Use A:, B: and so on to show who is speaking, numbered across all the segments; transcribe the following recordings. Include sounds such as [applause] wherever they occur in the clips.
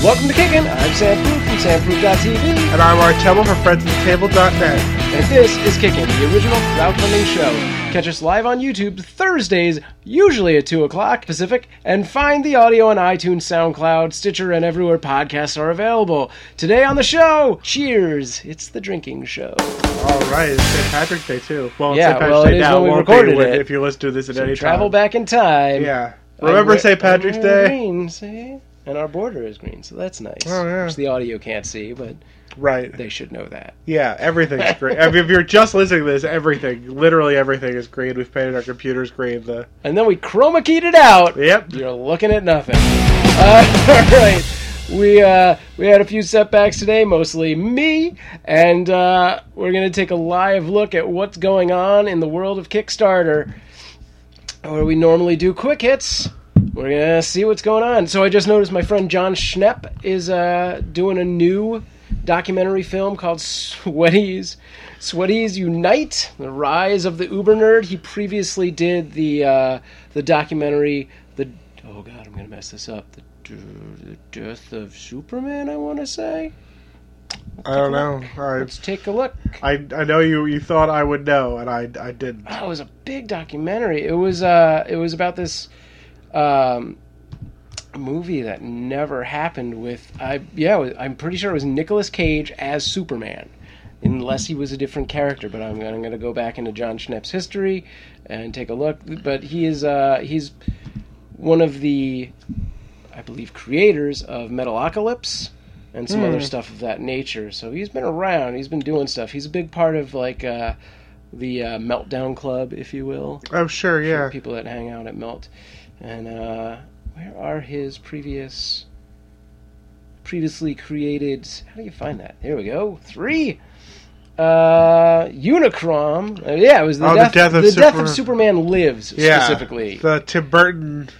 A: Welcome to Kickin'. I'm Sam Proof from SamProof.tv,
B: And I'm Art Tubman from FriendsAtTheTable.net.
A: and this is Kickin', the original crowdfunding show. Catch us live on YouTube Thursdays, usually at 2 o'clock Pacific, and find the audio on iTunes, SoundCloud, Stitcher, and everywhere podcasts are available. Today on the show, cheers! It's the drinking show.
B: All right, it's St. Patrick's Day too. Well,
A: Yeah,
B: St. Patrick's
A: well, it
B: Day
A: is
B: now
A: when we
B: won't
A: recorded
B: be with-
A: it.
B: if you listen to this at
A: So
B: any
A: travel
B: time.
A: back in time.
B: Yeah.
A: And
B: Remember
A: we're-
B: St. Patrick's
A: and we're
B: Day?
A: Green, see? And our border is green, so that's nice.
B: Oh, yeah.
A: Which the audio can't see, but
B: Right.
A: they should know that.
B: Yeah, everything's great. I mean, if you're just listening to this, everything, literally everything is green. We've painted our computers green. The
A: And then we chroma keyed it out.
B: Yep.
A: You're looking at nothing. [laughs] Uh, all right. We uh, we had a few setbacks today, mostly me, and uh, we're gonna take a live look at what's going on in the world of Kickstarter, where we normally do quick hits. We're gonna see what's going on. So I just noticed my friend John Schnepp is uh, doing a new documentary film called Sweaties. Sweaties Unite: The Rise of the Uber Nerd. He previously did the uh, the documentary the oh god I'm gonna mess this up the, the Death of Superman. I want to say.
B: I don't know. I,
A: Let's take a look.
B: I I know you you thought I would know, and I I didn't.
A: Oh, it was a big documentary. It was uh, it was about this um, movie that never happened. With I yeah, it was- I'm pretty sure it was Nicolas Cage as Superman, unless he was a different character. But I'm, I'm going to go back into John Schnepp's history and take a look. But he is uh, he's one of the I believe creators of Metalocalypse and some other stuff of that nature. So he's been around. He's been doing stuff. He's a big part of like. Uh, the uh, Meltdown Club, if you will.
B: Oh sure, yeah.
A: People that hang out at Melt. And uh, where are his previous, previously created? How do you find that? There we go. Three. Uh, Unicron. Uh, yeah, it was the,
B: Oh, the
A: death,
B: Death of
A: the death
B: Superman.
A: of Superman Lives
B: Yeah,
A: specifically.
B: the Tim Burton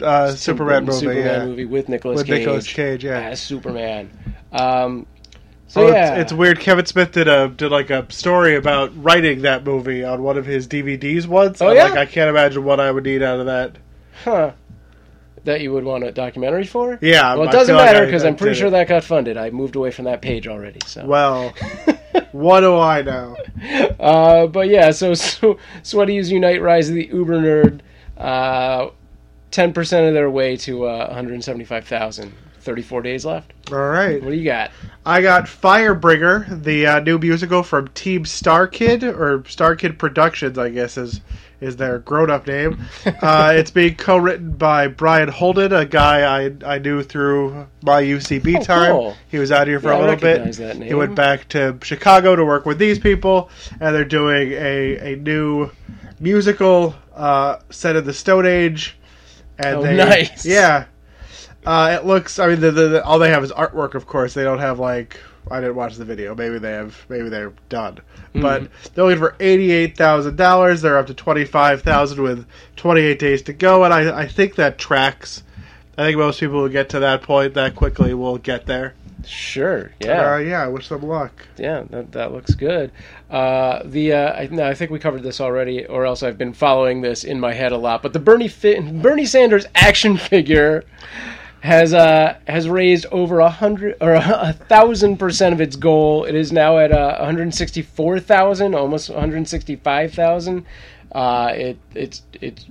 B: uh,
A: Tim
B: Superman
A: Burton
B: movie.
A: Superman
B: yeah.
A: movie with Nicolas
B: With
A: Cage.
B: Nicolas Cage, yeah.
A: As Superman. Um, so
B: Well,
A: yeah,
B: it's, it's weird. Kevin Smith did a did like a story about writing that movie on one of his DVDs once.
A: Oh,
B: and,
A: yeah?
B: like I can't imagine what I would need out of that.
A: Huh. That you would want a documentary for?
B: Yeah,
A: Well, it
B: I
A: doesn't
B: feel like
A: matter
B: I-
A: because
B: I
A: I'm pretty
B: did
A: sure
B: it.
A: that got funded. I moved away from that page already. So.
B: Well, what do I know?
A: [laughs] uh, but yeah, so, [laughs] so Sweaties Unite Rise of the Uber Nerd. Uh, 10% of their way to uh, 175,000. 34 days left.
B: All right,
A: What do you got?
B: I got Firebringer, the uh, new musical from Team Star Kid or Star Kid Productions, I guess is is their grown
A: [laughs]
B: up name. uh, it's being co written by Brian Holden, a guy I I knew through my UCB
A: Oh,
B: time.
A: cool.
B: He was out here for
A: Yeah, I
B: a little bit.
A: recognize that
B: He
A: name.
B: went back to Chicago to work with these people, and they're doing a a new musical uh, set in the Stone Age. And
A: Oh,
B: they,
A: nice.
B: Yeah. Uh, it looks. I mean, the, the, the, all they have is artwork. Of course, they don't have like. I didn't watch the video. Maybe they have. Maybe they're done.
A: Hmm.
B: But they're looking for eighty-eight thousand dollars. They're up to twenty-five thousand with twenty-eight days to go, and I, I think that tracks. I think most people who get to that point that quickly will get there.
A: Sure. Yeah.
B: Uh, yeah. I wish them luck.
A: Yeah, that, that looks good. Uh, the uh, I, no, I think we covered this already, or else I've been following this in my head a lot. But the Bernie fi- Bernie Sanders action [laughs] figure has uh, has raised over a hundred or a thousand percent of its goal. It is now at uh, one hundred sixty four thousand, almost one hundred sixty five thousand. Uh, it it's it's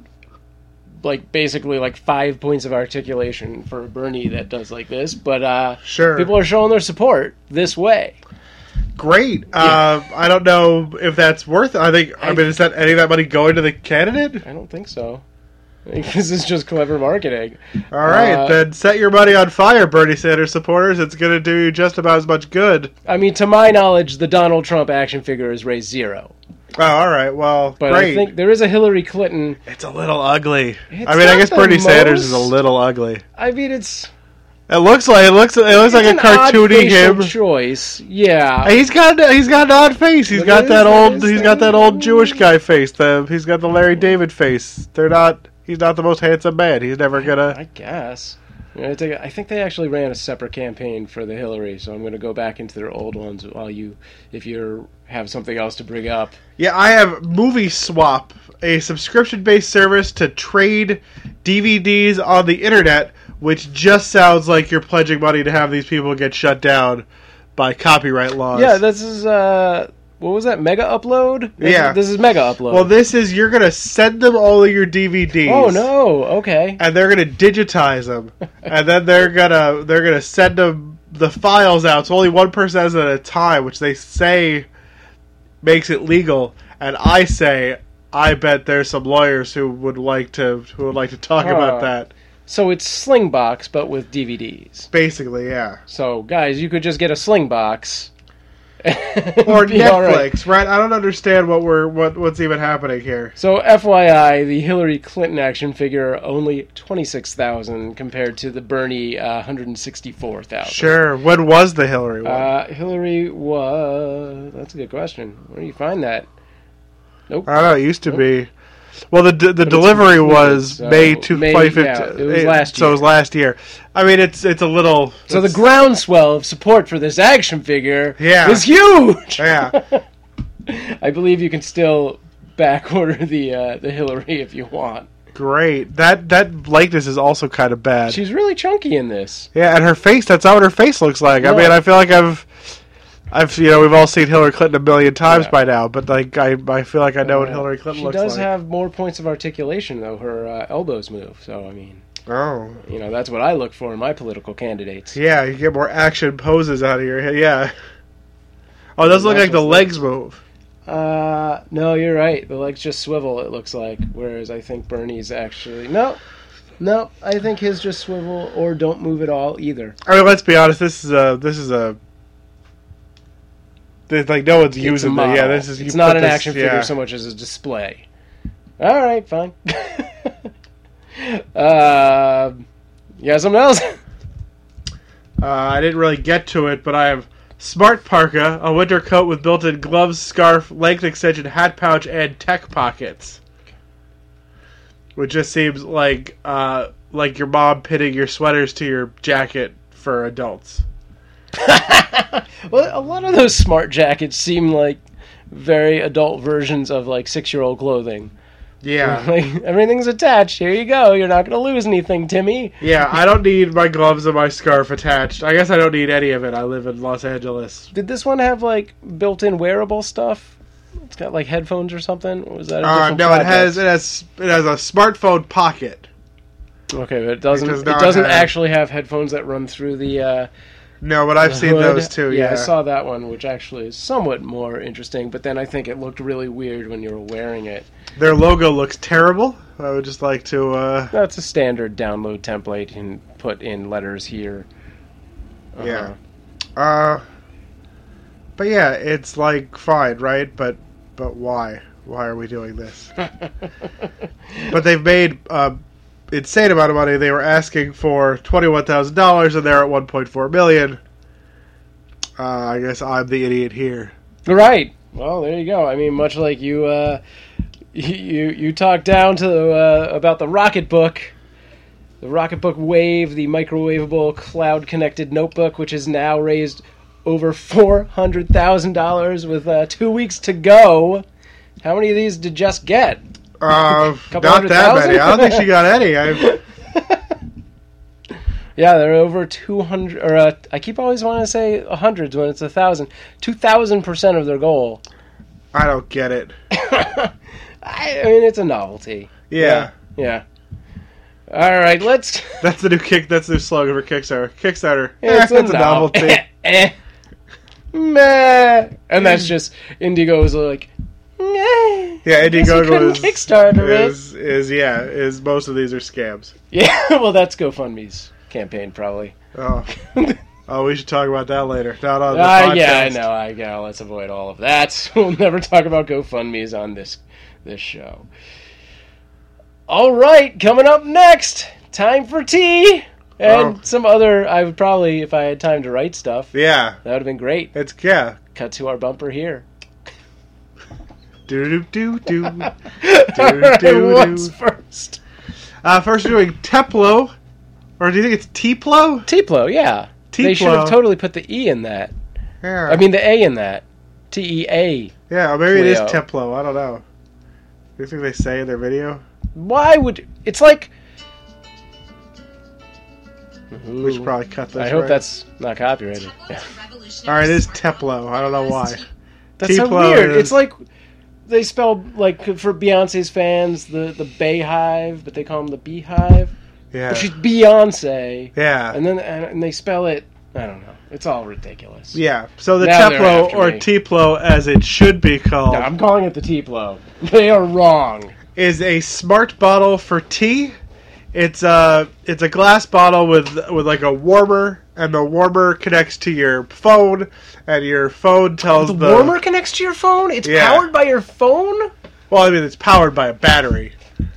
A: like basically like five points of articulation for a Bernie that does like this, but uh,
B: Sure.
A: people are showing their support this way.
B: Great. Uh, I don't know if that's worth. I think. I,
A: I-
B: mean, is that any of that money going to the candidate?
A: I don't think so. [laughs] I think this is just clever marketing.
B: All right,
A: Uh,
B: then set your money on fire, Bernie Sanders supporters. It's going to do you just about as much good.
A: I mean, to my knowledge, the Donald Trump action figure has raised zero.
B: Oh, all right. Well,
A: But
B: great.
A: I think there is a Hillary Clinton.
B: it's a little ugly. I mean,
A: not
B: I guess
A: the
B: Bernie Sanders is a
A: most-
B: little ugly.
A: I mean, it's,
B: It looks like it looks it looks like
A: it's
B: a
A: an odd
B: cartoony
A: facial
B: him.
A: choice. Yeah.
B: And he's got he's got an odd face. He's
A: It
B: got
A: is,
B: that
A: it
B: old
A: is,
B: he's
A: it
B: got that old
A: is.
B: Jewish guy face. The he's got the Larry David face. They're not. He's not the most handsome man. He's never
A: I
B: gonna.
A: guess. I'm gonna take a- I think they actually ran a separate campaign for the Hillary, so I'm going to go back into their old ones while you, if you have something else to bring up.
B: Yeah, I have Movie Swap, a subscription-based service to trade DVDs on the internet which just sounds like you're pledging money to have these people get shut down by copyright laws.
A: Yeah, this is uh, what was that? Mega upload. This
B: Yeah.
A: is, this is mega upload.
B: well, this is you're gonna send them all of your DVDs.
A: oh no. Okay.
B: And they're gonna digitize them, and then they're gonna they're gonna send them the files out. So only one person has it at a time, which they say makes it legal. And I say, I bet there's some lawyers who would like to who would like to talk
A: Huh.
B: about that.
A: So it's Slingbox, but with DVDs.
B: Basically, yeah.
A: So guys, you could just get a Slingbox. [laughs]
B: Or
A: Be all right.
B: Netflix, right? I don't understand what we're what what's even happening here.
A: So, FYI, the Hillary Clinton action figure only twenty six thousand compared to the Bernie uh, one hundred sixty four thousand.
B: Sure. When was the Hillary one?
A: Uh, Hillary was. That's a good question. Where do you find that?
B: I don't know. It used to be. Well, the the delivery
A: included,
B: was
A: so
B: May two
A: May,
B: twenty
A: yeah,
B: fifteen.
A: it was last
B: So it was last year. I mean, it's it's a little.
A: So the
B: it's-
A: groundswell of support for this action figure
B: Yeah.
A: is huge.
B: yeah.
A: [laughs] I believe you can still back order the uh, the Hillary if you want.
B: Great. That that likeness is also kind of bad.
A: She's really chunky in this.
B: yeah, and her face. That's not what her face looks like. I
A: No.
B: mean, I feel like I've. I've you know we've all seen Hillary Clinton a million times
A: Yeah.
B: by now, but like I, I feel like I know what
A: Uh,
B: Hillary Clinton
A: she
B: looks
A: does
B: like.
A: have more points of articulation though. Her uh, elbows move. So I mean,
B: oh
A: you know, that's what I look for in my political candidates.
B: yeah, you get more action poses out of your head. Yeah. Oh, it does look
A: That's
B: like the
A: what's-
B: legs move.
A: Uh, no, you're right. The legs just swivel. It looks like. Whereas I think Bernie's actually no, no. I think his just swivel or don't move at all either.
B: I mean, let's be honest. This is a this is a there's like no one's
A: It's a
B: using it.
A: model.
B: Yeah, this is you
A: it's not
B: put
A: an
B: this-
A: action
B: yeah.
A: figure so much as a display. All right, fine. [laughs] uh, you got something else? [laughs]
B: Uh, I didn't really get to it, but I have smart parka, a winter coat with built-in gloves, scarf, length extension, hat pouch, and tech pockets. Which just seems like uh, like your mom pinning your sweaters to your jacket for adults.
A: [laughs] well, a lot of those smart jackets seem like very adult versions of like six-year-old clothing.
B: [laughs] Yeah,
A: [laughs] Like everything's attached. Here you go. You're not going to lose anything, Timmy.
B: yeah. I don't need my gloves and my scarf attached. I guess I don't need any of it. I live in Los Angeles.
A: Did this one have like built-in wearable stuff? It's got like headphones or something. Or was that? A
B: Uh,
A: different
B: no, it
A: project?
B: has it has it has a smartphone pocket.
A: Okay, but it doesn't.
B: does
A: It,
B: not
A: doesn't
B: have-
A: actually have headphones that run through the. Uh,
B: No, but I've
A: the
B: seen
A: hood.
B: those too. Yeah,
A: I saw that one, which actually is somewhat more interesting. But then I think it looked really weird when you were wearing it.
B: their logo looks terrible. I would just like to. Uh,
A: That's a standard download template and put in letters here. Uh-huh.
B: Yeah. uh, but yeah, it's like fine, right? But but why? Why are we doing this? but they've made uh, insane amount of money. They were asking for twenty one thousand dollars, and they're at one point four million. Uh, I guess I'm the idiot
A: [laughs]
B: here.
A: [laughs] Right. Well, there you go. I mean, much like you, uh, you you you talked down to uh, about the Rocket Book, the Rocket Book Wave, the microwavable cloud-connected notebook, which has now raised over four hundred thousand dollars with uh, two weeks to go. How many of these did Jess get?
B: Uh,
A: Couple
B: not
A: hundred
B: that
A: thousand?
B: many. I don't think she got any. i
A: [laughs] Yeah, there are over 200, or uh, I keep always wanting to say hundreds when it's a thousand. 2,000% of their
B: [laughs]
A: goal.
B: I don't
A: [laughs]
B: get it.
A: I, I mean, it's a novelty.
B: Yeah.
A: Yeah. All right, let's. [laughs]
B: That's the new kick. That's the new slogan for Kickstarter. Kickstarter. Eh,
A: It's
B: that's a novelty.
A: [laughs] Eh. Meh. And that's just Indigo's like. Meh.
B: Mm. yeah,
A: couldn't
B: Indiegogo is
A: Kickstarter it.
B: is, is yeah is most of these are scams.
A: [laughs] Yeah, well, that's GoFundMe's campaign,
B: [laughs]
A: probably.
B: Oh, oh, we should talk about that later. Not on the
A: Uh,
B: podcast.
A: yeah, I know. I yeah, let's avoid all of that. [laughs] We'll never talk about GoFundmes on this this show. All right, coming up next, time for tea and
B: Oh.
A: some other. I would probably, if I had time to write stuff,
B: Yeah,
A: that would have been great.
B: it's yeah.
A: Cut to our bumper here. [laughs]
B: Do do [laughs] do do.
A: All right,
B: do,
A: what's
B: do.
A: first?
B: Uh, first, we're doing Teplo, or do you think it's Teplo?
A: Teplo, yeah. They should have
B: Teplo.
A: totally put the e in that.
B: Yeah,
A: I mean, the a in that. T E A.
B: yeah, or maybe it is
A: Cleo.
B: Teplo. I don't know. Do you think they say in their video?
A: Why would it's like
B: We should probably cut this.
A: I hope
B: right?
A: that's not
B: [laughs]
A: copyrighted.
C: Teplo
A: Yeah.
C: is a revolutionary
B: All right, it is
C: sport
B: Teplo.
C: called
B: I don't know why.
C: LSD.
A: That's so
B: T-Plo
A: weird.
B: is-
A: It's like they spell like for Beyonce's fans the the Bayhive, but they call them the Beehive.
B: Yeah.
A: But she's Beyonce,
B: yeah.
A: and then and and they spell it. I don't know. It's all ridiculous.
B: yeah. So the
A: Now they're
B: Teplo
A: after
B: or
A: me.
B: Teplo as it should be called
A: No, I'm calling it the T-Plo. They are wrong.
B: is a smart bottle for tea. It's a it's a glass bottle with with like a warmer, and the warmer connects to your phone, and your phone tells
A: The, warmer connects to your phone. It's
B: Yeah.
A: powered by your phone.
B: Well, I mean it's powered by a battery,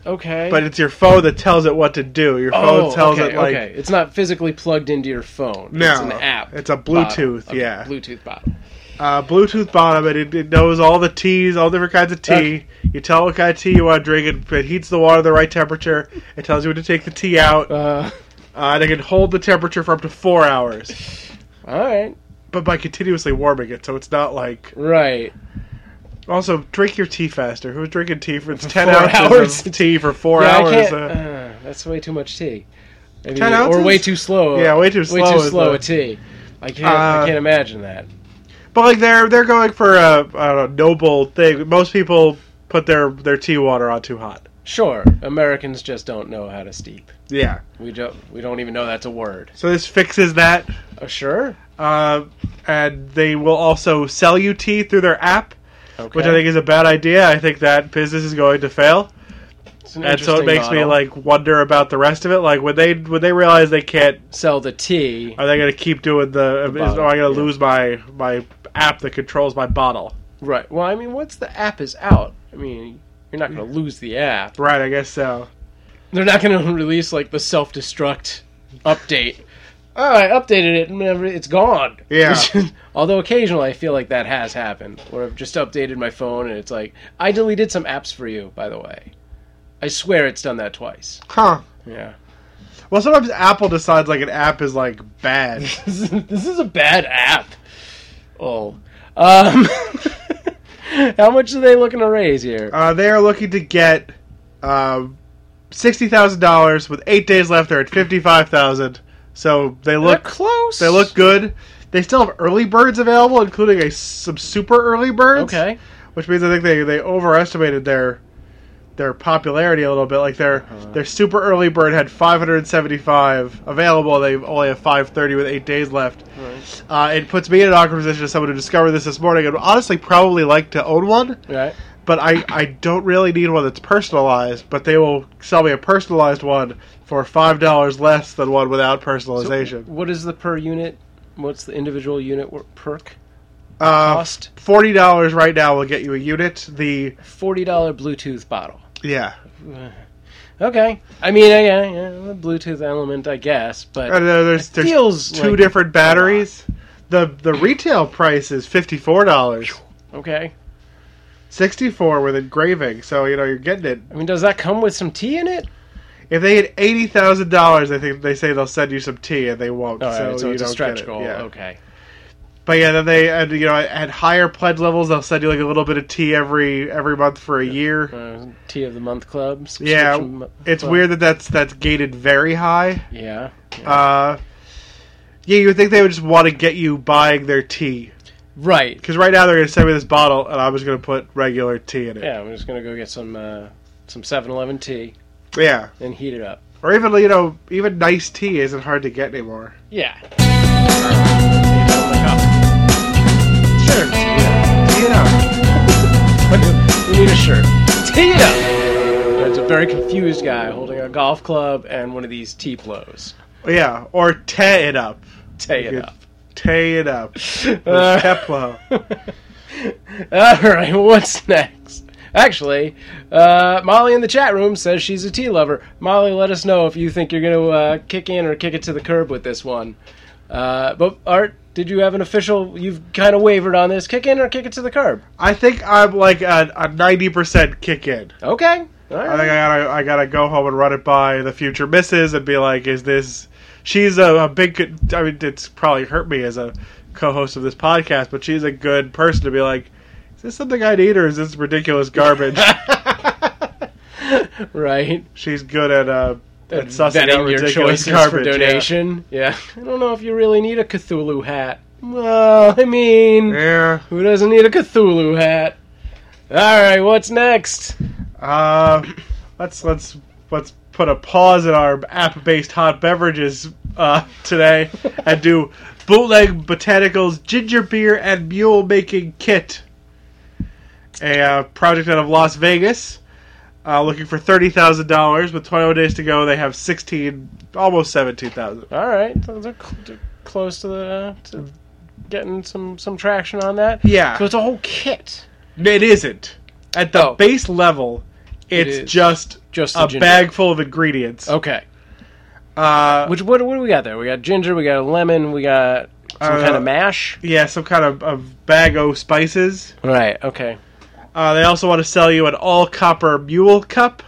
A: Okay,
B: but it's your phone that tells it what to do. Your phone tells
A: Oh, okay,
B: it like
A: okay. it's not physically plugged into your phone.
B: No,
A: it's an app.
B: it's a Bluetooth,
A: bottle. Okay,
B: yeah.
A: Bluetooth bottle.
B: uh, Bluetooth bottom, and it, it knows all the teas, all different kinds of tea.
A: Okay.
B: You tell what kind of tea you want to drink, it, it heats the water the right temperature. It tells you when to take the tea out, uh,
A: Uh,
B: and it can hold the temperature for up to four hours,
A: all right,
B: but by continuously warming it, so it's not like.
A: right.
B: Also, drink your tea faster. Who's drinking tea for it's ten
A: four
B: ounces
A: hours.
B: of tea for four
A: Yeah, I
B: hours?
A: can't-
B: Uh,
A: uh, [sighs] that's way too much tea. Maybe-
B: 10
A: or
B: ounces?
A: way too slow.
B: Yeah, way too slow
A: Way too
B: is
A: slow
B: the-
A: a tea. I can't.
B: Uh,
A: I can't imagine that.
B: but like they're they're going for a I don't know, noble thing. Most people put their their tea water on too hot.
A: Sure, Americans just don't know how to steep.
B: Yeah.
A: We don't. We don't even know that's a word.
B: So this fixes that.
A: Uh, sure.
B: Uh, and they will also sell you tea through their app,
A: Okay.
B: which I think is a bad idea. I think that business is going to fail,
A: It's an
B: and so it
A: interesting
B: makes me
A: model.
B: like wonder about the rest of it. Like when they when they realize they can't,
A: sell the tea.
B: are they going to keep doing the? is,
A: bottle,
B: am I going to
A: yeah.
B: lose my my app that controls my bottle?
A: Right. Well, I mean, once the app is out, I mean, you're not going to lose the app.
B: Right, I guess so.
A: They're not going to [laughs] release like the self-destruct update. Oh, I updated it and every- it's gone.
B: Yeah.
A: [laughs] Although occasionally I feel like that has happened, where I've just updated my phone and it's like, I deleted some apps for you, by the way. I swear it's done that twice.
B: Huh.
A: Yeah. [laughs]
B: Well, sometimes Apple decides like an app is like bad.
A: this is- this is a bad app. Oh. Um, [laughs] how much are they looking to raise here?
B: Uh, they are looking to get um, sixty thousand dollars with eight days left. They're at fifty five thousand, so they
A: They're
B: look
A: close.
B: they look good. They still have early birds available, including a some super early birds.
A: okay.
B: which means I think they, they overestimated their their popularity a little bit. Like their their super early bird had five hundred seventy five available. They only have five thirty with eight days left. Uh, it puts me in an awkward position as someone who discovered this this morning and would honestly probably like to own one
A: Right.
B: but I, I don't really need one that's personalized, but they will sell me a personalized one for five dollars less than one without personalization.
A: What is the per unit? What's the individual unit wor- perk?
B: uh,
A: Cost
B: forty dollars right now will get you a unit. The
A: forty dollar Bluetooth bottle.
B: yeah,
A: Okay, I mean, yeah, yeah, yeah, the Bluetooth element, I guess,
B: I don't
A: but
B: know, Uh, there's there's
A: feels
B: two
A: like
B: different batteries. The the retail price is fifty four dollars,
A: okay.
B: sixty four with engraving. So you know you're getting it.
A: I mean, does that come with some tea in it?
B: If they had eighty thousand dollars, I think they say they'll send you some tea, and they won't.
A: All right, Oh, so,
B: you
A: it's a
B: don't
A: stretch
B: get it.
A: goal.
B: Yeah.
A: Okay,
B: But yeah, then they and you know at higher pledge levels they'll send you like a little bit of tea every every month for a year.
A: uh, tea of the month club.
B: Yeah,
A: subscription mo-
B: it's
A: club.
B: weird that that's that's gated very high.
A: Yeah,
B: Uh, yeah, you would think they would just want to get you buying their tea
A: right.
B: because right now they're going to send me this bottle and I'm just going to put regular tea in it.
A: Yeah, I'm just gonna go get some uh, some 7-Eleven tea
B: Yeah.
A: and heat it up.
B: or even you know even nice tea isn't hard to get anymore.
A: Yeah. Sure.
B: You know,
A: we need a shirt. Tee it up. There's a very confused guy holding a golf club and one of these tea blows.
B: yeah, or tear it up,
A: Tee it
B: Good.
A: up.
B: tear it up,
A: Uh,
B: Teplo.
A: All right, [laughs] what's next? Actually, uh, Molly in the chat room says she's a tea lover. Molly, let us know if you think you're going to uh, kick in or kick it to the curb with this one. Uh, but Art, did you have an official? You've kind of wavered on this. Kick in or kick it to the curb?
B: I think I'm like a ninety percent kick in.
A: Okay. All
B: I think
A: right. [laughs]
B: I gotta, I gotta go home and run it by the future missus and be like, is this? She's a, a big. con- I mean, it's probably hurt me as a co-host of this podcast, but she's a good person to be like, is this something I need or is this ridiculous garbage?
A: Right.
B: she's good at uh, It's sussing
A: vetting
B: out
A: your
B: ridiculous
A: choices
B: garbage,
A: for
B: yeah.
A: donation. Yeah. I don't know if you really need a Cthulhu hat. Well, I mean,
B: Yeah.
A: who doesn't need a Cthulhu hat? All right, what's next?
B: Uh, let's let's let's put a pause in our app-based hot beverages uh, today and do bootleg botanicals ginger beer and mule making kit, a uh, project out of Las Vegas. Uh, looking for thirty thousand dollars with twenty-one days to go. They have sixteen, almost seventeen thousand.
A: All right, so they're, cl- they're close to the to getting some some traction on that.
B: Yeah.
A: So it's a whole kit.
B: It isn't at the
A: Oh.
B: base level.
A: It
B: It's
A: is.
B: just
A: Just the
B: a
A: ginger.
B: bag full of ingredients.
A: Okay. Oh.
B: Uh,
A: Which what what do we got there? We got ginger. We got a lemon. We got some
B: Uh,
A: kind of mash.
B: yeah, some kind of, of bag o spices.
A: Right. Okay.
B: Uh, they also want to sell you an all copper mule cup,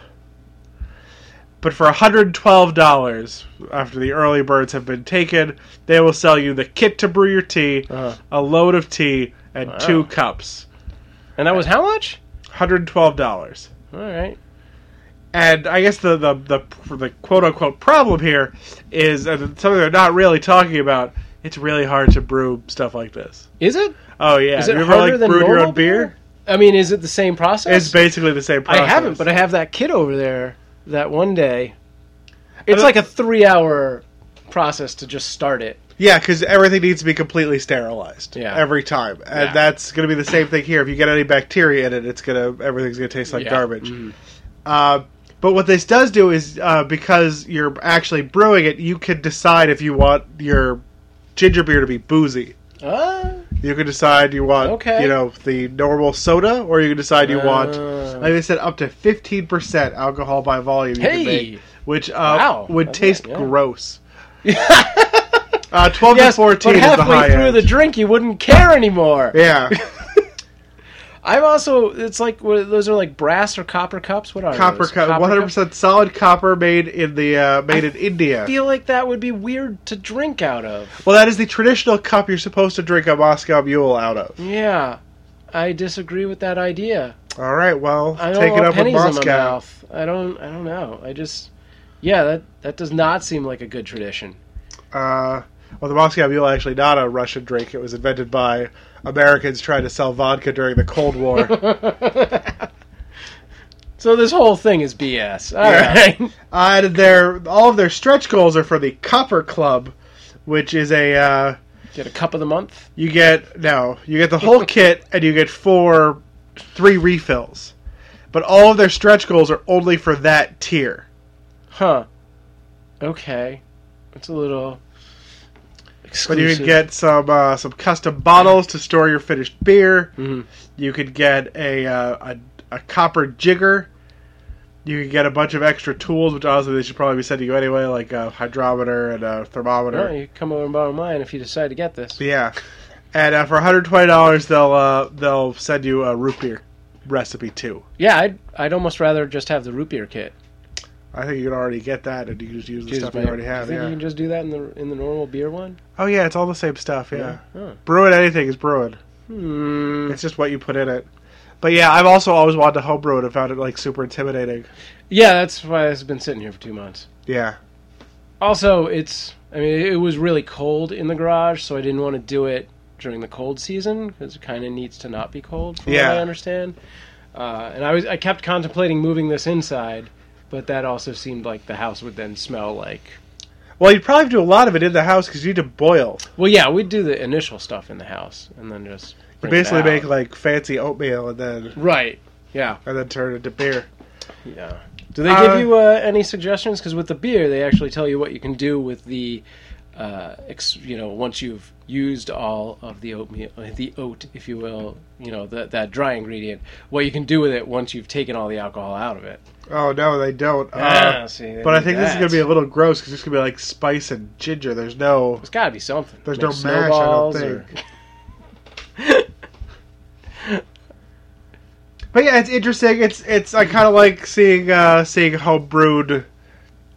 B: but for $112 after the early birds have been taken, they will sell you the kit to brew your tea,
A: Uh-huh.
B: a load of tea, and
A: Wow.
B: two cups.
A: And that was how much?
B: $112.
A: All right.
B: And I guess the the, the, the quote unquote problem here is and it's something they're not really talking about. It's really hard to brew stuff like this.
A: Is it?
B: Oh yeah,
A: Is
B: Have
A: it
B: you ever
A: harder
B: like
A: than
B: brewed your
A: normal
B: own beer?
A: I mean, is it the same process?
B: It's basically the same process.
A: I haven't, but I have that kid over there that one day.
B: don't-
A: It's like a three hour process to just start it.
B: Yeah, because everything needs to be completely sterilized.
A: Yeah.
B: Every time, and
A: Yeah.
B: that's going to be the same thing here. If you get any bacteria in it, it's gonna everything's gonna taste like
A: Yeah. Mm-hmm.
B: garbage. Uh, but what this does do is uh, because you're actually brewing it, you can decide if you want your ginger beer to be boozy.
A: Ah,
B: You can decide you want
A: Okay.
B: you know the normal soda, or you can decide you want
A: Ah.
B: like I said up to fifteen percent alcohol by volume. You
A: Hey.
B: can make, which uh,
A: Wow.
B: would
A: That's
B: taste
A: it, yeah. [laughs]
B: gross. uh, Twelve
A: yes,
B: to fourteen
A: but
B: is
A: halfway
B: the high
A: through
B: end.
A: [laughs] the drink, you wouldn't care anymore.
B: Yeah,
A: I've also, it's like what, those are like brass or copper cups. What are
B: copper
A: those?
B: cup, one hundred percent solid copper made in the uh, made in India.
A: I feel like that would be weird to drink out of.
B: well, that is the traditional cup you're supposed to drink a Moscow Mule out of.
A: Yeah, I disagree with that idea.
B: All right, well,
A: I don't
B: take
A: want
B: it up with
A: pennies in my
B: Moscow.
A: mouth. I don't. I don't know. I just. Yeah, that that does not seem like a good
B: [laughs]
A: tradition.
B: Uh, well, the Moscow Mule actually not a Russian drink. It was invented by Americans trying to sell vodka during the Cold War.
A: [laughs] So this whole thing is BS. All
B: Yeah.
A: right.
B: Uh, and their all of their stretch goals are for the Copper Club, which is a uh,
A: Get a cup of the month.
B: you get no, you get the whole kit, and you get four, three refills. But all of their stretch goals are only for that tier.
A: Huh. Okay. It's a little
B: But
A: exclusive.
B: you can get some uh, some custom bottles to store your finished beer.
A: Mhm.
B: You could get a, uh, a a copper jigger. You could get a bunch of extra tools, which honestly they should probably be sending you anyway, like a hydrometer and a thermometer.
A: Oh, you come over and borrow mine if you decide to get this.
B: Yeah, and uh, for one hundred twenty dollars, they'll uh, they'll send you a root beer recipe too.
A: Yeah, I'd I'd almost rather just have the root beer kit.
B: I think you can already get that, and you can just use the
A: Jeez,
B: stuff
A: man.
B: you already have.
A: You think
B: Yeah.
A: you can just do that in the in the normal beer one?
B: Oh yeah, it's all the same stuff. Yeah,
A: Huh.
B: brewing anything is brewing.
A: Hmm.
B: It's just what you put in it. But yeah, I've also always wanted to homebrew it and found it like super intimidating.
A: Yeah, that's why it's been sitting here for two months.
B: Yeah,
A: Also, it's I mean it was really cold in the garage, so I didn't want to do it during the cold season because it kind of needs to not be cold, from
B: Yeah.
A: what I understand. Uh, and I was I kept contemplating moving this inside, but that also seemed like the house would then smell like.
B: well, you'd probably do a lot of it in the house because you need to boil.
A: Well, yeah, we'd do the initial stuff in the house and then just
B: You
A: bring it
B: basically
A: out.
B: make like fancy oatmeal and then
A: right. Yeah,
B: and then turn it into beer.
A: yeah. Do they
B: Uh,
A: give you uh, any suggestions? Because with the beer, they actually tell you what you can do with the, uh, ex- you know, once you've used all of the oatmeal, uh, the oat, if you will, you know, that that dry ingredient, what you can do with it once you've taken all the alcohol out of it.
B: Oh no, they don't.
A: Ah,
B: Uh,
A: see, they
B: but I
A: do
B: think this is
A: that.
B: gonna be a little gross because it's gonna be like spice and ginger. There's no
A: It's got to be something.
B: There's
A: Make
B: no mash, I don't
A: snowballs
B: think. but yeah, it's interesting. It's it's I kind of like seeing uh, seeing home brewed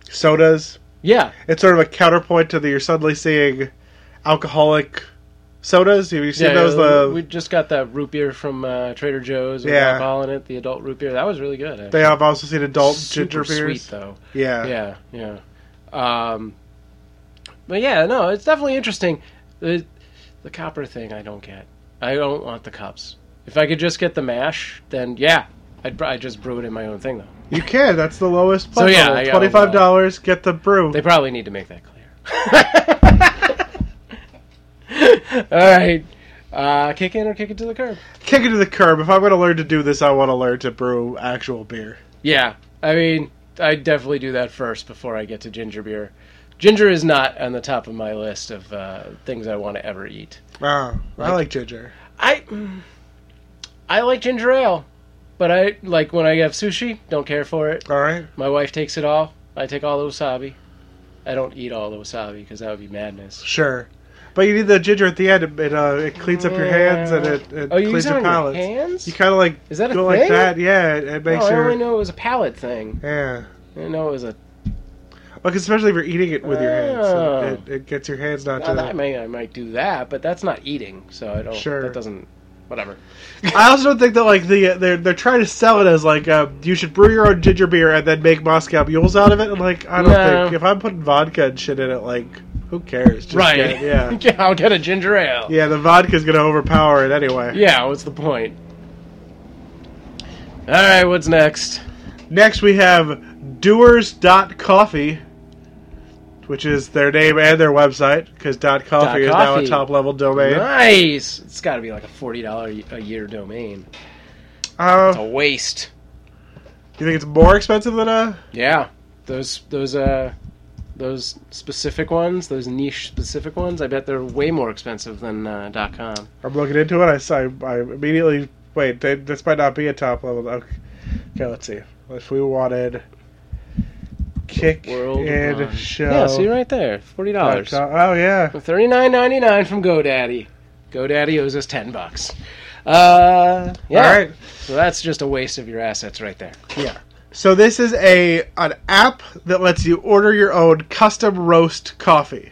B: sodas.
A: yeah,
B: It's sort of a counterpoint to the you're suddenly seeing alcoholic sodas. Have you seen those? the,
A: we just got that root beer from uh, Trader Joe's with
B: Yeah.
A: alcohol in it, the adult root beer. That was really good. actually.
B: they have also seen adult ginger
A: Super
B: beers.
A: sweet though.
B: Yeah.
A: Yeah, yeah. Um, but yeah, no, it's definitely interesting. The the copper thing, I don't get. I don't want the cups. If I could just get the mash, then yeah, I'd, br- I'd just brew it in my own thing though.
B: you can. That's the lowest. Plug
A: So, yeah, I
B: level.
A: got
B: twenty five dollars. Get the brew.
A: They probably need to make that clear. [laughs] All right, uh, kick in or kick it to the curb.
B: Kick it to the curb. If I'm going to learn to do this, I want to learn to brew actual beer.
A: Yeah, I mean, I definitely do that first before I get to ginger beer. Ginger is not on the top of my list of uh, things I want to ever eat.
B: Oh, I
A: Like-
B: like ginger.
A: I mm, I like ginger ale, but I like when I have sushi. Don't care for it.
B: All right.
A: My wife takes it all. I take all the wasabi. I don't eat all the wasabi because that would be madness.
B: Sure. But you need the ginger at the end. It it, uh, it cleans up your hands and it, it
A: oh, you
B: cleans
A: use it
B: your
A: on
B: palate.
A: your hands?
B: You kind of like
A: Is that a
B: go
A: thing?
B: like that. Yeah, it, it
A: No,
B: makes
A: I
B: your
A: only know it was a palate thing.
B: yeah.
A: I didn't know it was a.
B: Like especially if you're eating it with your hands,
A: Oh.
B: it, it, it gets your hands not
A: Now, I
B: to.
A: may I might do that, but that's not eating. So I don't.
B: uh, Sure.
A: That doesn't. Whatever.
B: I also don't think that like the they're they're trying to sell it as like uh, you should brew your own ginger beer and then make Moscow mules out of it. And like I don't
A: No.
B: think if I'm putting vodka and shit in it, like who cares? Just
A: right.
B: get- yeah.
A: [laughs] I'll get a ginger ale.
B: Yeah, the vodka's gonna overpower it anyway.
A: yeah. What's the point? All right. What's next?
B: Next, we have Doers.coffee, which is their name and their website, because .coffee, is now
A: coffee.
B: a top-level domain.
A: Nice. It's got to be like a forty dollar a year domain. It's
B: Uh,
A: a waste.
B: you think it's more expensive than a...
A: Yeah. Those those uh those specific ones, those niche specific ones, I bet they're way more expensive than uh, dot .com.
B: I'm looking into it. I saw. I immediately... Wait, th- this might not be a top-level... Okay. okay, let's see. If we wanted... Kick
A: World
B: and
A: Wide.
B: show...
A: Yeah, see right there, forty dollars,
B: Oh, yeah.
A: thirty nine ninety nine from GoDaddy. GoDaddy owes us ten bucks. Uh, yeah.
B: All right.
A: So that's just a waste of your assets right there.
B: Yeah. So this is a an app that lets you order your own custom roast coffee.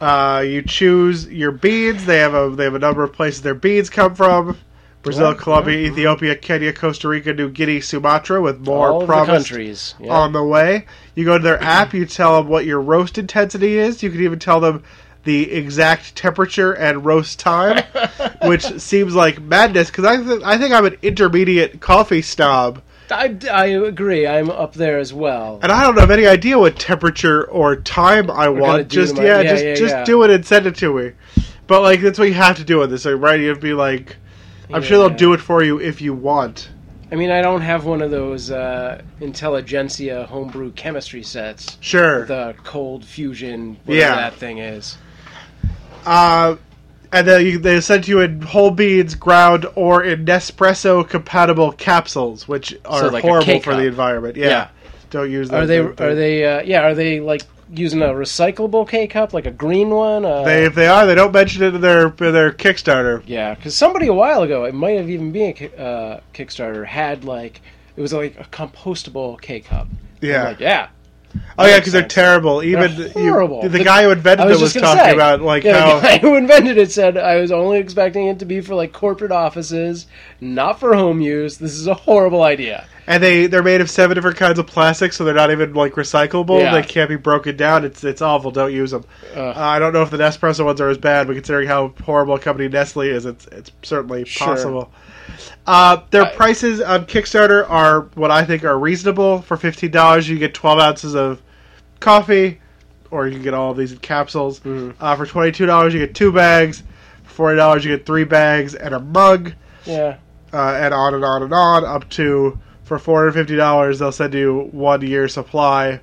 B: Uh, you choose your beans. They have a they have a number of places their beans come from: Brazil,
A: Yeah,
B: Colombia, Ethiopia, Kenya, Costa Rica, New Guinea, Sumatra, with more
A: All of the
B: promised
A: countries. Yeah.
B: on the way. You go
A: [clears throat]
B: to their app. You tell them what your roast intensity is. You can even tell them the exact temperature and
A: [laughs]
B: roast time, which seems like madness because I th- I think I'm an intermediate coffee snob.
A: [laughs] I, I agree. I'm up there as well.
B: And I don't have any idea what temperature or time I
A: gonna
B: want.
A: do
B: Just
A: them,
B: yeah,
A: yeah,
B: just
A: yeah,
B: just
A: yeah.
B: do it and send it to me. But like that's what you have to do with this, like, right? You'd be like, I'm sure
A: Yeah.
B: they'll do it for you if you want.
A: I mean, I don't have one of those uh, intelligentsia homebrew chemistry sets.
B: Sure.
A: The cold fusion, whatever
B: Yeah.
A: that thing is.
B: Uh, and then you, they send you in whole beans, ground, or in Nespresso compatible capsules, which are
A: like a
B: horrible
A: K-cup.
B: for the environment. Yeah.
A: Yeah.
B: Don't use them.
A: Are they? Are they? Uh, yeah. Are they like using a recyclable K cup, like a green one? Uh,
B: They, if they are, they don't mention it in their in their Kickstarter.
A: Yeah, because somebody a while ago, it might have even been a Ki- uh, Kickstarter, had like it was like a compostable K cup.
B: Yeah.
A: Like, yeah.
B: Oh yeah,
A: makes
B: because they're
A: sense.
B: terrible. Even you-
A: horrible.
B: the,
A: The-
B: guy who invented
A: I was
B: it was
A: just gonna
B: talking
A: say,
B: about like
A: yeah,
B: how
A: the guy [laughs] who invented it said I was only expecting it to be for like corporate offices, not for home use. This is a horrible idea.
B: and they they're made of seven different kinds of plastic, so they're not even like recyclable.
A: Yeah.
B: They can't be broken down. It's it's awful. Don't use them. Uh,
A: Ugh.
B: I don't know if the Nespresso ones are as bad, but considering how horrible a company Nestle is, it's it's certainly
A: Sure.
B: possible. Uh, their
A: I-
B: prices on Kickstarter are what I think are reasonable. For fifteen dollars, you get twelve ounces of coffee, or you can get all of these in capsules.
A: Mm.
B: Uh, for twenty two dollars, you get two bags. For forty dollars, you get three bags and a mug
A: Yeah.
B: uh, and on and on and on up to for four hundred fifty dollars they'll send you one year supply,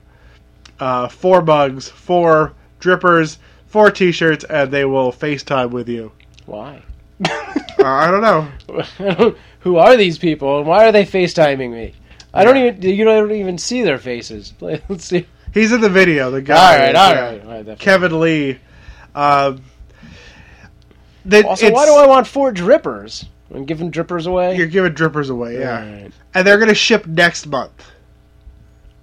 B: uh, four mugs, four drippers, four T-shirts, and they will FaceTime with you.
A: Why? [laughs]
B: Uh, I don't know.
A: Who are these people, and why are they FaceTiming me? I don't even. You don't even see their faces. [laughs] Let's see.
B: He's in the video. The guy.
A: All right.
B: is,
A: All
B: yeah.
A: right. All right definitely.
B: Kevin Lee. Um, that
A: also,
B: it's-
A: why do I want four drippers? I'm giving drippers away.
B: You're giving drippers away, yeah,
A: All right.
B: and they're gonna ship next month.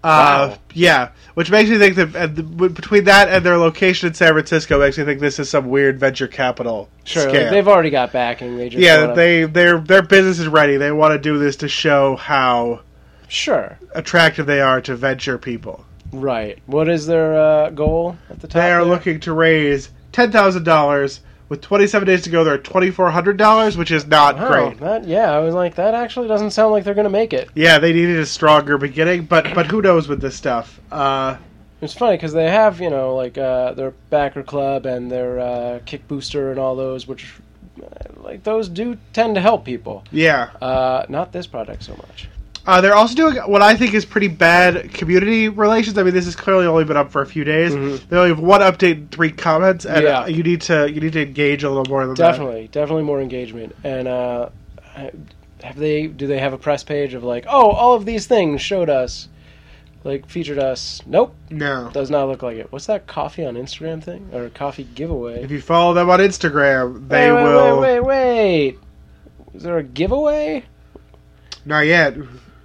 B: Uh,
A: Wow.
B: Yeah, which makes me think that uh, the, between that and their location in San Francisco makes me think this is some weird venture capital
A: Sure, like,
B: scam.
A: they've already got backing. They just
B: yeah,
A: wanna-
B: they their their business is ready. They want to do this to show how
A: sure
B: attractive they are to venture people.
A: right. What is their uh, goal at the top?
B: They are
A: there?
B: looking to raise ten thousand dollars. With twenty seven days to go, they're at twenty four hundred dollars, which is not
A: Wow,
B: great.
A: That, yeah, I was like, that actually doesn't sound like they're going to make it.
B: Yeah, they needed a stronger beginning, but but who knows with this stuff? Uh,
A: It's funny because they have, you know, like uh, their backer club and their uh, kick booster and all those, which uh, like those do tend to help people.
B: yeah,
A: Uh, not this product so much.
B: Uh, they're also doing what I think is pretty bad community relations. I mean, this has clearly only been up for a few days.
A: Mhm.
B: They only have one update and three comments, and
A: Yeah.
B: uh, you need to you need to engage a little more than
A: Definitely, definitely more engagement. And uh, have they? Do they have a press page of like, oh, all of these things showed us, like featured us? Nope,
B: that. No.
A: does not look like it. What's that coffee on Instagram thing or coffee giveaway?
B: If you follow them on Instagram, they
A: wait, wait,
B: will.
A: Wait, wait, wait! Is there a giveaway?
B: Not yet.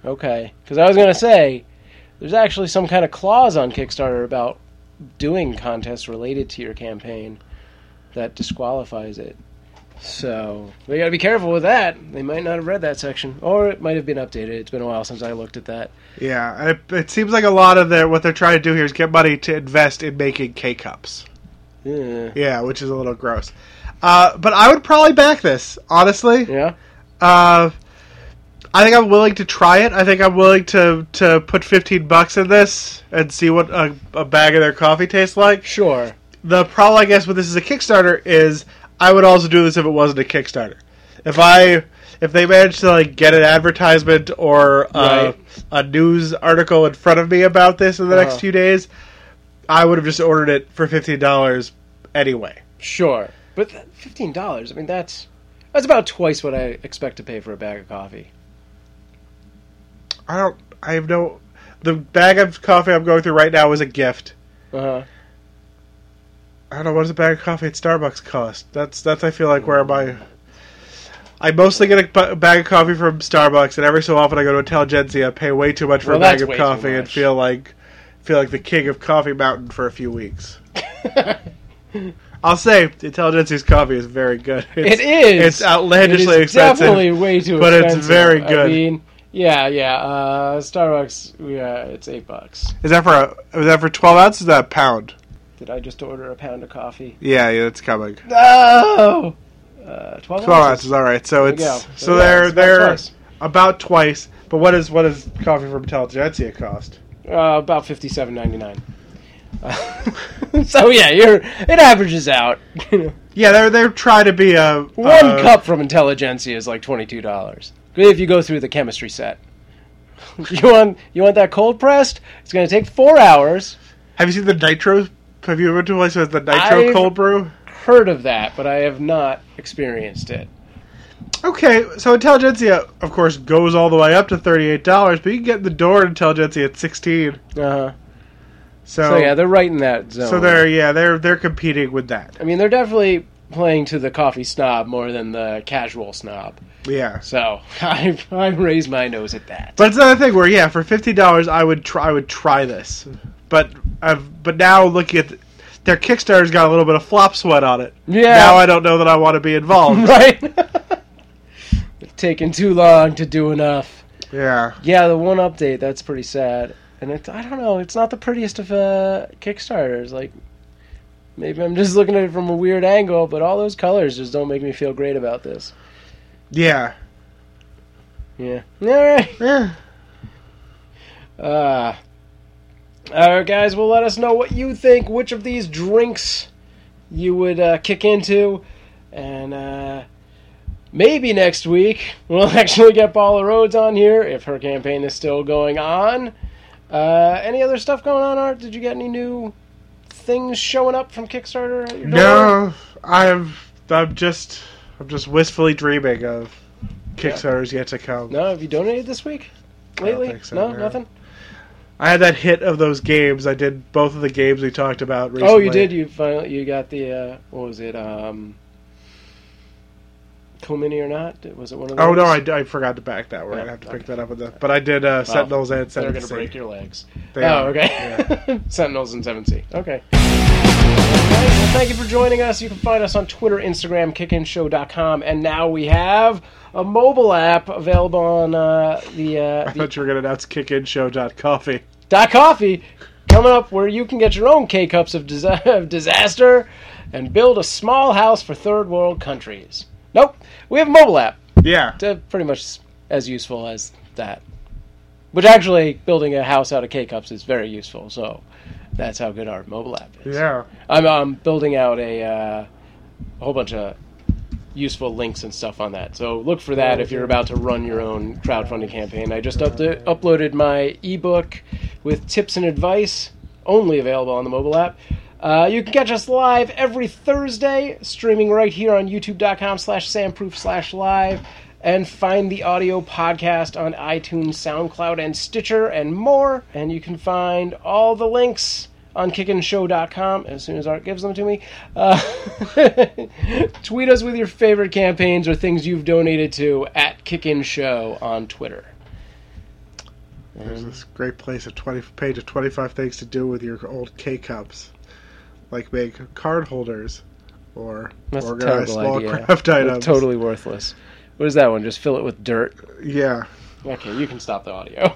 A: Okay, because I was gonna say there's actually some kind of clause on Kickstarter about doing contests related to your campaign that disqualifies it. So we gotta be careful with that. They might not have read that section, or it might have been updated. It's been a while since I looked at that.
B: Yeah, and it, it seems like a lot of their what they're trying to do here is get money to invest in making K cups.
A: Yeah.
B: Yeah, which is a little gross. Uh, but I would probably back this honestly.
A: Yeah.
B: Uh, I think I'm willing to try it. I think I'm willing to to put 15 bucks in this and see what a, a bag of their coffee tastes like.
A: Sure.
B: The problem, I guess, with this is a Kickstarter is I would also do this if it wasn't a Kickstarter. If I if they managed to like get an advertisement or uh,
A: Right.
B: a news article in front of me about this in the next
A: Uh-huh.
B: few days, I would have just ordered it for fifteen dollars anyway.
A: Sure. But th- fifteen dollars. I mean, that's that's about twice what I expect to pay for a bag of coffee.
B: I don't. I have no. The bag of coffee I'm going through right now is a gift.
A: Uh huh. [laughs]
B: I don't know what does a bag of coffee at Starbucks cost. That's that's I feel like where my I mostly get a bu- bag of coffee from Starbucks, and every so often I go to Intelligentsia, pay way too much for
A: Well,
B: a bag
A: that's
B: of
A: way too
B: coffee, and
A: much.
B: feel like feel like the king of Coffee Mountain for a few weeks. I'll say Intelligentsia's coffee is very good. It's,
A: It is.
B: It's outlandishly
A: It is
B: expensive.
A: Definitely way too
B: but it's
A: expensive.
B: very
A: I
B: good.
A: mean, yeah, yeah. Uh, Starbucks, yeah, it's eight bucks.
B: Is that for a, is that for twelve ounces? Or is that a pound?
A: Did I just order a pound of coffee?
B: Yeah, yeah, it's coming.
A: No. Uh, Twelve.
B: Twelve
A: ounces.
B: ounces, all right. So it's
A: There you go.
B: so
A: yeah,
B: they're
A: it's about twice.
B: they're. About twice. But what is what is coffee from Intelligentsia cost?
A: uh, about fifty-seven
B: [laughs]
A: ninety-nine. [laughs] Uh, so yeah, you're it averages out. [laughs] You know.
B: Yeah, they're they're trying to be a
A: One
B: uh,
A: cup from Intelligentsia is like twenty-two dollars. If you go through the chemistry set, [laughs] you want you want that cold pressed? It's going to take four hours.
B: Have you seen the nitro? Have you ever to place with the nitro
A: I've-
B: cold brew?
A: Heard of that, but I have not experienced it.
B: Okay, so Intelligentsia, of course, goes all the way up to thirty eight dollars, but you can get in the door at Intelligentsia at sixteen.
A: Uh-huh.
B: So,
A: So yeah, they're right in that zone.
B: so they're yeah they're they're competing with that.
A: I mean, they're definitely playing to the coffee snob more than the casual snob.
B: Yeah.
A: So [laughs] I I raise my nose at that.
B: But it's another thing where yeah, for fifty dollars, I would try. I would try this, but I've, but now looking at the, their Kickstarter's got a little bit of flop sweat on it.
A: Yeah.
B: Now I don't know that I want to be
A: [laughs]
B: involved. [laughs]
A: right. [laughs] It's taking too long to do enough.
B: yeah.
A: Yeah, the one update that's pretty sad, and it's I don't know. It's not the prettiest of uh, kickstarters. Like maybe I'm just looking at it from a weird angle, but all those colors just don't make me feel great about this.
B: Yeah.
A: Yeah. All right.
B: Yeah.
A: Uh, all right, guys. Well, let us know what you think. Which of these drinks you would uh, kick into, and uh, maybe next week [laughs] we'll actually get Paula Rhodes on here if her campaign is still going on. Uh, any other stuff going on, Art? Did you get any new things showing up from Kickstarter? At your door?
B: No, I'm I'm just I'm just wistfully dreaming of Kickstarters yet to come.
A: No. Have you donated this week? Lately?
B: think so,
A: no,
B: no.
A: nothing.
B: I had that hit of those games. I did both of the games we talked about recently.
A: Oh, you did. You finally you got the uh, what was it? Um, Comini or not? Was it one of those?
B: Oh no, I, I forgot to back that. We're gonna have to pick
A: okay.
B: that up with the. But I did uh, Sentinels and
A: They're going
B: Sentinels.
A: to break your legs.
B: They
A: oh,
B: are,
A: okay. [laughs] Sentinels and 7C.
B: [laughs]
A: Okay. All right, well, thank you for joining us. You can find us on Twitter, Instagram, kickinshow.com, and now we have a mobile app available on uh, the, uh, the
B: I thought you were gonna announce kickinshow.coffee.
A: Dot Coffee coming up where you can get your own K cups of, disa- [laughs] of disaster and build a small house for third world countries. Nope, we have a mobile app.
B: Yeah,
A: It's uh, pretty much as useful as that. Which actually, building a house out of K cups is very useful. So that's how good our mobile app is.
B: yeah.
A: I'm, um building out a, uh, a whole bunch of useful links and stuff on that. So look for that if you're about to run your own crowdfunding campaign. I just up- uploaded my ebook with tips and advice, only available on the mobile app. Uh, you can catch us live every Thursday, streaming right here on youtube.com slash samproof slash live, and find the audio podcast on iTunes, SoundCloud, and Stitcher, and more. And you can find all the links on kickinshow.com as soon as Art gives them to me. Uh, [laughs] tweet us with your favorite campaigns or things you've donated to at Kickin Show on Twitter.
B: There's this great place a twenty page of twenty five things to do with your old K cups, like make card holders, or
A: That's a
B: organize
A: terrible
B: small
A: idea.
B: craft
A: They're
B: [laughs] items.
A: Totally worthless. What is that one? Just fill it with dirt.
B: Yeah.
A: Okay, you can stop the audio.